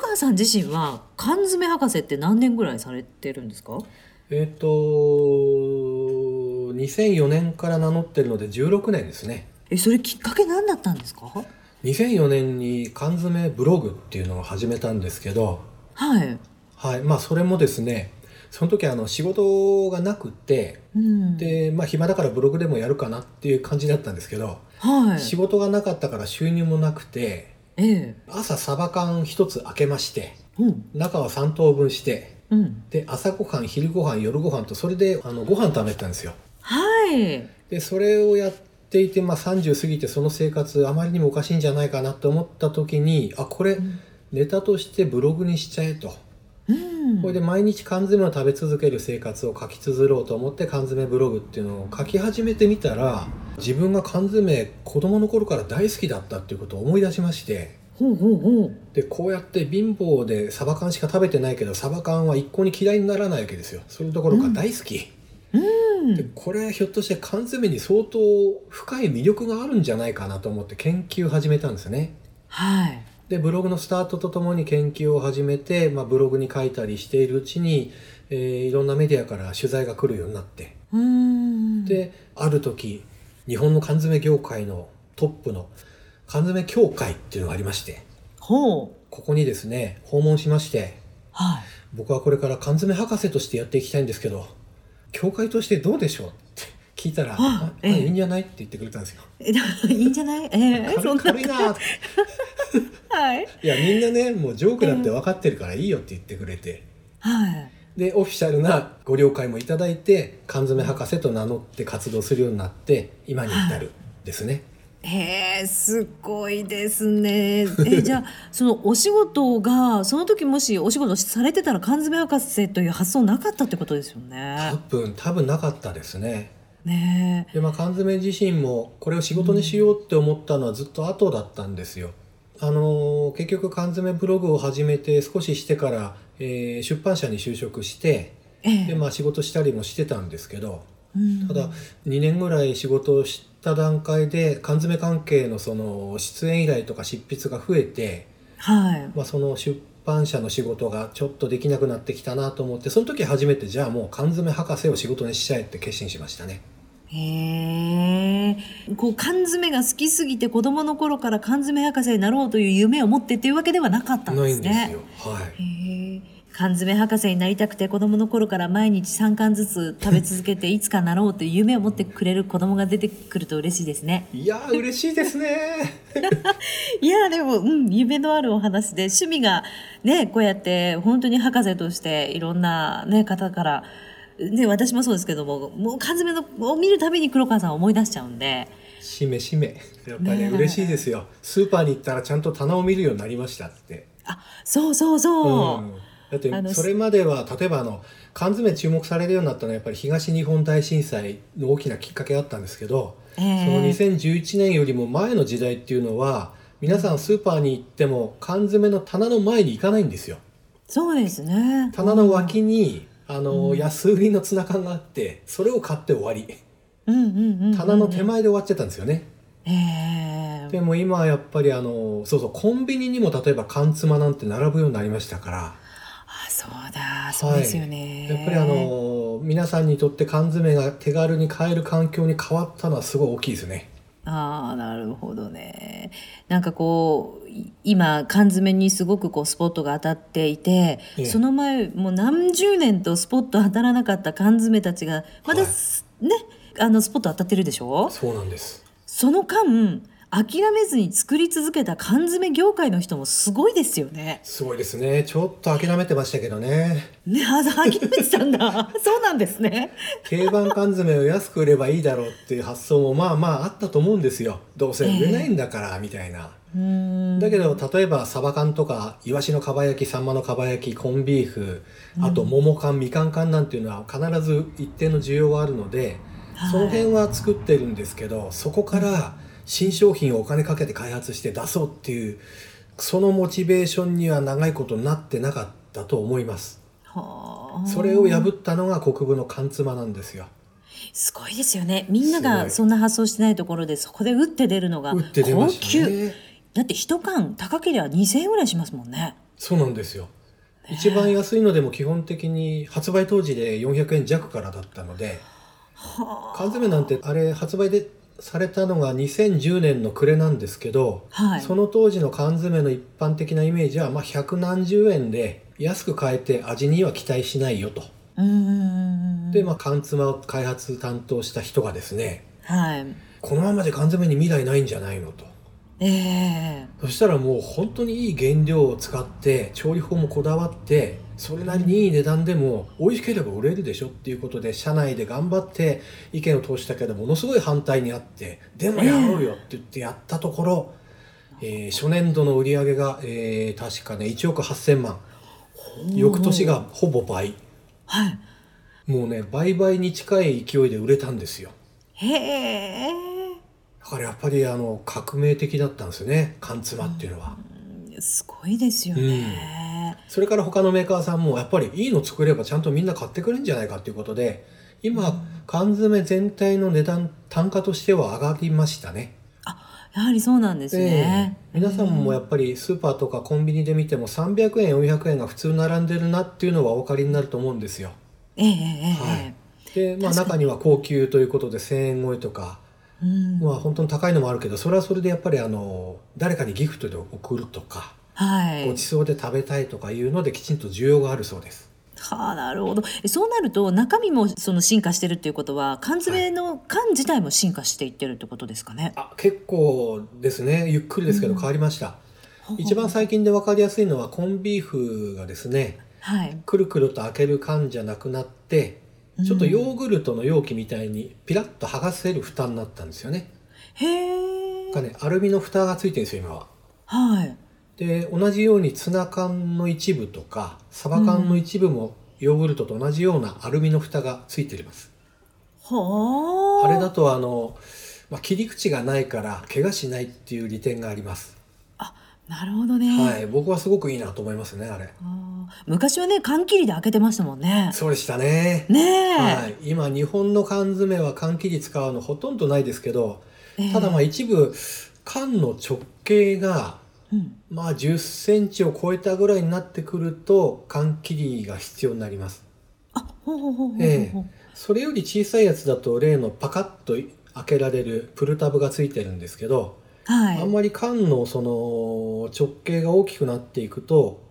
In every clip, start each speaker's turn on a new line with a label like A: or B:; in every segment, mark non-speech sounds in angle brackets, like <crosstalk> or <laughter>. A: 川さん自身は缶詰博士って何年ぐらいされてるんですか
B: えっ、と2004年から名乗ってるので16年ですね
A: えそれきっかけ何だったんですか
B: 2004年に缶詰ブログっていうのを始めたんですけど
A: はい、
B: はいまあそれもですねその時あの仕事がなくて
A: うん、
B: でまあ暇だからブログでもやるかなっていう感じだったんですけど、
A: はい
B: 仕事がなかったから収入もなくて
A: ええ
B: 朝サバ缶一つ開けまして
A: うん
B: 中は3等分して
A: うん
B: で朝ごはん昼ごはん夜ごはんとそれであのご飯食べたんですよ
A: はい
B: でそれをやっていて、まあ、30過ぎてその生活あまりにもおかしいんじゃないかなと思った時にあこれ
A: うん
B: ネタとしてブログにしちゃえと
A: うん
B: これで毎日缶詰を食べ続ける生活を書き綴ろうと思って缶詰ブログっていうのを書き始めてみたら自分が缶詰子供の頃から大好きだったっていうことを思い出しまして
A: ほうほうほう
B: でこうやって貧乏でサバ缶しか食べてないけどサバ缶は一向に嫌いにならないわけですよそれどころか大好き、
A: うん
B: でこれひょっとして缶詰に相当深い魅力があるんじゃないかなと思って研究を始めたんですね
A: はい
B: でブログのスタートとともに研究を始めて、まあ、ブログに書いたりしているうちに、えーいろんなメディアから取材が来るようになって
A: うーん
B: である時日本の缶詰業界のトップの缶詰協会っていうのがありまして
A: ほう
B: ここにですね訪問しまして
A: はい
B: 僕はこれから缶詰博士としてやっていきたいんですけど教会としてどうでしょうって聞いたら「あ
A: あ
B: あ
A: ええ
B: いいんじゃない?」って言ってくれたんですよ。
A: えでもいいんじゃないええそ
B: <laughs> 軽
A: んな
B: い軽いな
A: はい
B: いやみんなねもうジョークだって分かってるからいいよって言ってくれて、
A: はい
B: でオフィシャルなご了解もいただいて缶詰博士と名乗って活動するようになって今に至るですね。
A: へえすごいです
B: <laughs>
A: ね。えじゃあそのお仕事がその時もしお仕事されてたら缶詰博士という発想なかったってことですよ
B: 多
A: ね。
B: 分多分なかったですね。
A: ねえ
B: でまあ缶詰自身もこれを仕事にしようって思ったのはずっと後だったんですよ。あのー結局缶詰ブログを始めて少ししてから、えー出版社に就職して
A: え
B: で、
A: え
B: まあ、仕事したりもしてたんですけど
A: うん
B: ただ2年ぐらい仕事をした段階で缶詰関係のその出演依頼とか執筆が増えて、
A: はい
B: まあ、その出版社の仕事がちょっとできなくなってきたなと思ってその時初めてじゃあもう缶詰博士を仕事にしちゃえって決心しましたね。
A: へえこう缶詰が好きすぎて子供の頃から缶詰博士になろうという夢を持ってっていうわけではなかったん
B: な
A: で
B: い
A: す
B: ん
A: ね。
B: ですよ。はい。
A: へえ缶詰博士になりたくて子供の頃から毎日3缶ずつ食べ続けていつかなろうという夢を持ってくれる子供が出てくると嬉しいですね。
B: いやー嬉しいですね。 <laughs>
A: いやでも、うん、夢のあるお話で趣味がねこうやって本当に博士としていろんな、ね、方から、ね、私もそうですけどももう缶詰のを見るたびに黒川さんを思い出しちゃうんで。
B: しめしめ。やっぱりね
A: ねえ
B: 嬉しいですよ。スーパーに行ったらちゃんと棚を見るようになりましたって。
A: あそうそうそう、
B: うんだ
A: あ
B: って
A: の
B: それまでは例えばあの缶詰注目されるようになったのはやっぱり東日本大震災の大きなきっかけあったんですけど、
A: ええ
B: その2011年よりも前の時代っていうのは皆さんスーパーに行っても缶詰の棚の前に行かないんですよ。
A: そうですね
B: 棚の脇にあの、安売りのツナ缶があってそれを買って終わり
A: うんうんうんうん
B: 棚の手前で終わっちゃったんですよね。
A: ええ
B: でも今はやっぱりあのそうそうコンビニにも例えば缶詰なんて並ぶようになりましたから
A: あそうだそうですよね、
B: やっぱりあの皆さんにとって缶詰が手軽に買える環境に変わったのはすごい大きいですね。
A: ああ、なるほどね。なんかこう、い今、缶詰にすごくこう、スポットが当たっていて、
B: ええ
A: その前、もう何十年とスポット当たらなかった缶詰たちが、まだ
B: はい
A: す、ね、あの、スポット当たってるでしょ
B: そうなんです。
A: その間、諦めずに作り続けた缶詰業界の人もすごいですよね。
B: すごいですね。ちょっと諦めてましたけどね。
A: ね、あ、諦めてたん
B: <laughs>
A: だ。そうなんですね。
B: 定番缶詰を安く売ればいいだろうっていう発想もまあまああったと思うんですよ。どうせ売れないんだからみたいな。
A: うーん。
B: だけど例えばサバ缶とかイワシのかば焼きサンマのかば焼きコンビーフあと桃缶みかん缶なんていうのは必ず一定の需要はあるので、
A: はい
B: その辺は作ってるんですけどそこから新商品をお金かけて開発して出そうっていうそのモチベーションには長いことなってなかったと思います。
A: はあ
B: それを破ったのが国分の缶詰なんですよ。
A: すごいですよね。みんな
B: すご
A: が
B: い
A: そんな発想してないところで、そこで打って出るのが
B: 打って出ま
A: 高
B: した
A: 級。
B: ね。
A: だって一缶高ければ2000円ぐらいしますもんね。
B: そうなんですよ一番安いのでも基本的に発売当時で400円弱からだったので
A: は
B: 缶詰なんてあれ発売でされたのが2010年の暮れなんですけど、
A: あはい
B: その当時の缶詰の一般的なイメージはまあ100何十円で安く買えて味には期待しないよと。
A: うんうんうん
B: で、まあ、缶詰を開発担当した人がですね
A: はい
B: このままじゃ缶詰に未来ないんじゃないのと。
A: ええ
B: そしたらもう本当にいい原料を使って調理法もこだわってそれなりにいい値段でも美味しければ売れるでしょっていうことで社内で頑張って意見を通したけどものすごい反対にあってでもやろうよって言ってやったところ、えー初年度の売り上げが、えー確かね1億8000万翌年がほぼ倍
A: はい
B: もうね倍々に近い勢いで売れたんですよ
A: へえ
B: だからやっぱりあの革命的だったんですよね缶詰っていうのは。
A: すごいですよね、
B: それから他のメーカーさんもやっぱりいいの作ればちゃんとみんな買ってくれるんじゃないかっていうことで今缶詰全体の値段単価としては上がりましたね。
A: やはりそうなんですね、
B: ええ皆さんもやっぱりスーパーとかコンビニで見ても300円400円が普通並んでるなっていうのはお分かりになると思うんですよ。
A: えええ
B: はい
A: ええ
B: でまあ
A: 確
B: 中には高級ということで1,000円超えとか、
A: えうん
B: まあ、本当に高いのもあるけどそれはそれでやっぱりあの誰かにギフトで送るとか
A: はい
B: ごちそうで食べたいとかいうのできちんと需要があるそうです。
A: はあ、なるほど。えそうなると中身もその進化してるっていうことは缶詰の缶自体も進化していってるってことですかね。
B: あ結構ですねゆっくりですけど
A: うん
B: 変わりました、一番最近で分かりやすいのはコンビーフがですね
A: はい。
B: くるくると開ける缶じゃなくなってちょっとヨーグルトの容器みたいにピラッと剥がせる蓋になったんですよね。
A: へえ。
B: がねアルミの蓋がついてるんですよ今は。
A: はい。
B: で同じようにツナ缶の一部とかサバ缶の一部もヨーグルトと同じようなアルミの蓋がついています。
A: はあ。
B: あれだとあの、まあ、切り口がないから怪我しないっていう利点があります。
A: なるほどね。
B: はい、僕はすごくいいなと思いますね、あれ。
A: あー昔はね缶切りで開けてましたもんね。
B: そうでしたね。
A: ねえ。
B: はい、今日本の缶詰は缶切り使うのほとんどないですけど、
A: ええ
B: ただまあ一部缶の直径が
A: うん
B: まあ10センチを超えたぐらいになってくると缶切りが必要になります。
A: あほうほうほうほうほう
B: ええそれより小さいやつだと例のパカッと開けられるプルタブがついてるんですけど、
A: は
B: あ
A: い。
B: んまり缶のその直径が大きくなっていくと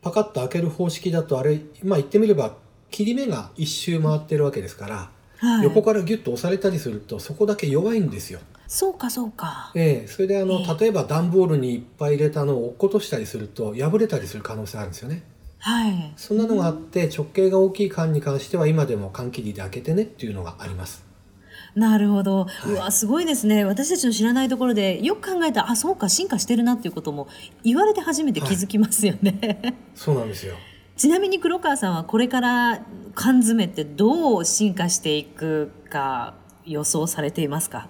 B: パカッと開ける方式だとあれまあ言ってみれば切り目が一周回ってるわけですから、
A: はい。
B: 横からギュッと押されたりするとそこだけ弱いんですよ。
A: そうかそうか。
B: ええ、それであの
A: ええ
B: 例えば段ボールにいっぱい入れたのを落っことしたりすると破れたりする可能性あるんですよね。
A: はい。
B: そんなのがあって直径が大きい缶に関しては今でも缶切りで開けてねっていうのがあります。
A: なるほど、
B: いう
A: わすごいですね私たちの知らないところでよく考えたらあそうか進化してるなっていうことも言われて初めて気づきますよね、 <laughs>
B: そうなんですよ。
A: ちなみに黒川さんはこれから缶詰ってどう進化していくか予想されていますか、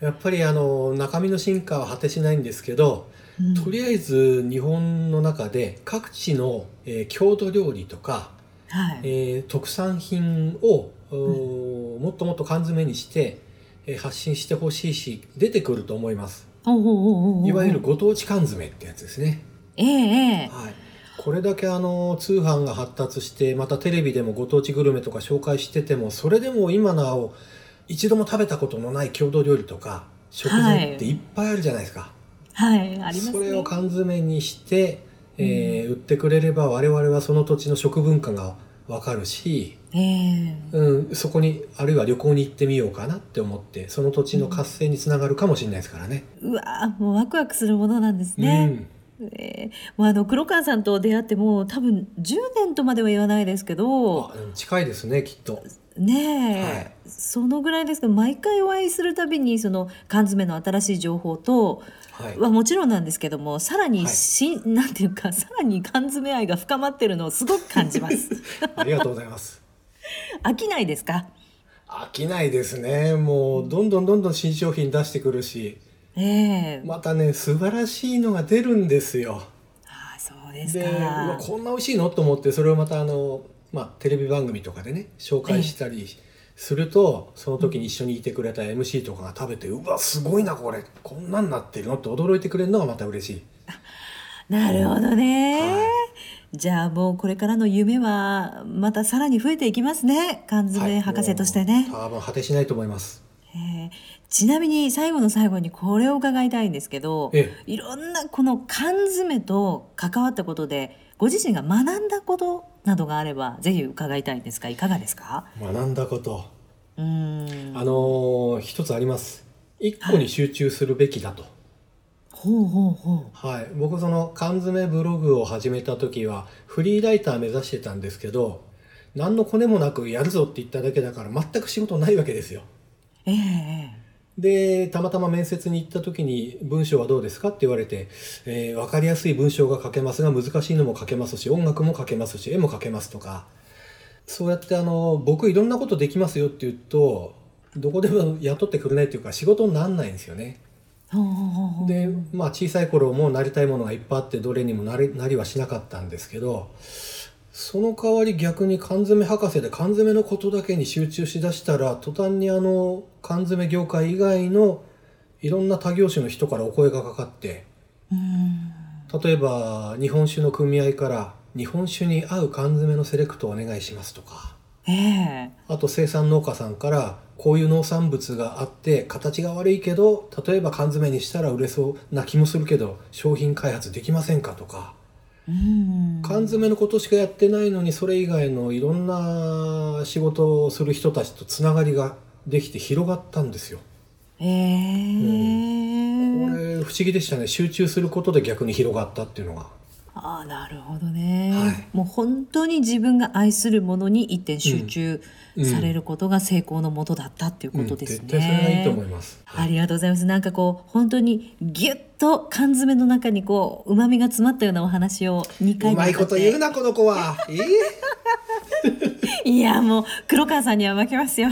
B: やっぱりあの中身の進化は果てしないんですけど、
A: うん
B: とりあえず日本の中で各地の、えー郷土料理とか、
A: はい、
B: えー特産品を、おーもっともっと缶詰にして、えー発信してほしいし出てくると思います
A: おうおうおうおう
B: いわゆるご当地缶詰ってやつですね、
A: ええええ
B: はい、これだけあの通販が発達してまたテレビでもご当地グルメとか紹介しててもそれでも今なお一度も食べたことのない郷土料理とか食材っていっぱいあるじゃないですか、
A: はいありますね
B: それを缶詰にして、えー売ってくれれば我々はその土地の食文化がわかるし、
A: ええ
B: うん、そこにあるいは旅行に行ってみようかなって思ってその土地の活性につながるかもしれないですからね。
A: うわもうワクワクするものなんですね、ええもうあの黒川さんと出会ってもう多分10年とまでは言わないですけ
B: う
A: ど
B: んあ近いですねきっと。
A: ねえ、
B: はい
A: そのぐらいですけど毎回お会いするたびにその缶詰の新しい情報と
B: はい、
A: はもちろんなんですけどもさらに
B: はい
A: し、なんていうかさらに缶詰愛が深まってるのをすごく感じます
B: <laughs> ありがとうございます。 <laughs>
A: 飽きないですか
B: 飽きないですねもうどんどんどんどん新商品出してくるし
A: ええ
B: またね素晴らしいのが出るんですよ。
A: ああそうです
B: でうわ
A: か
B: こんな美味しいのと思ってそれをまたあの、まあ、テレビ番組とかでね紹介したりすると、その時に一緒にいてくれた MC とかが食べて「うわすごいなこれこんなんなってるの?」って驚いてくれるのがまた嬉しい。
A: なるほどね、
B: は
A: じゃあもうこれからの夢はまたさらに増えていきますね缶
B: は
A: 詰
B: い
A: 博士としてね
B: も、う多分果てしないと思います。
A: えーちなみに最後の最後にこれを伺いたいんですけど
B: え
A: いろんなこの缶詰と関わったことでご自身が学んだことなどがあればぜひ伺いたいんですがいかがですか
B: え、学んだこと。
A: うーん
B: あのー一つあります。一個に集中するべきだと。
A: ほうほうほ
B: はい、僕その缶詰ブログを始めた時はフリーライター目指してたんですけど何のコネもなくやるぞって言っただけだから全く仕事ないわけですよ
A: うええええ
B: でたまたま面接に行った時に「文章はどうですか?」って言われて、え分かりやすい文章が書けますが難しいのも書けますし音楽も書けますし絵も書けますとかそうやってあの僕いろんなことできますよって言うとどこでも雇ってくれないっていうか仕事になんないんですよね。
A: ほうほうほうほう
B: で、まあ、小さい頃もなりたいものがいっぱいあってどれにもなりなりはしなかったんですけどその代わり逆に缶詰博士で缶詰のことだけに集中しだしたら途端にあの缶詰業界以外のいろんな他業種の人からお声がかかって
A: うん
B: 例えば日本酒の組合から日本酒に合う缶詰のセレクトをお願いしますとか。
A: ええ
B: あと生産農家さんからこういう農産物があって形が悪いけど例えば缶詰にしたら売れそうな気もするけど商品開発できませんかとか
A: うん
B: 缶詰のことしかやってないのにそれ以外のいろんな仕事をする人たちとつながりができて広がったんですよ。
A: ええ
B: これ不思議でしたね集中することで逆に広がったっていうのが。
A: ああなるほどね、
B: はい
A: もう本当に自分が愛するものに一点集中
B: うん
A: されることが成功のもとだったっていうことですね、
B: うん、絶対それがいいと思います。
A: ありがとうございます。なんかこう本当にギュッと缶詰の中にこう旨味が詰まったようなお話を2回
B: う
A: にわた
B: まい
A: って
B: こと言うなこの
A: <laughs>
B: 子は。え
A: いやもう黒川さんには負け
B: <laughs>
A: ますよ。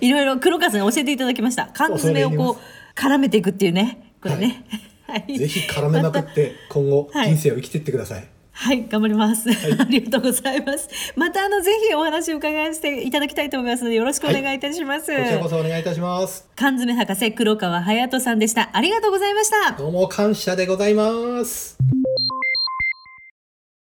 A: いろいろ黒川さんに教えていただきました。缶詰をこう絡めていくっていうね。これね。はい。
B: えぜひ絡めま
A: <laughs>
B: くって今後
A: はい
B: 人生を生きていってください。
A: はい、頑張ります。 <laughs> ありがとうございます。またあのぜひお話を伺いしていただきたいと思いますのでよろしくお願いいたします。
B: こちらこそお願いいたします。
A: 缶詰博士黒川隼人さんでした。ありがとうございました。
B: どうも感謝でございます。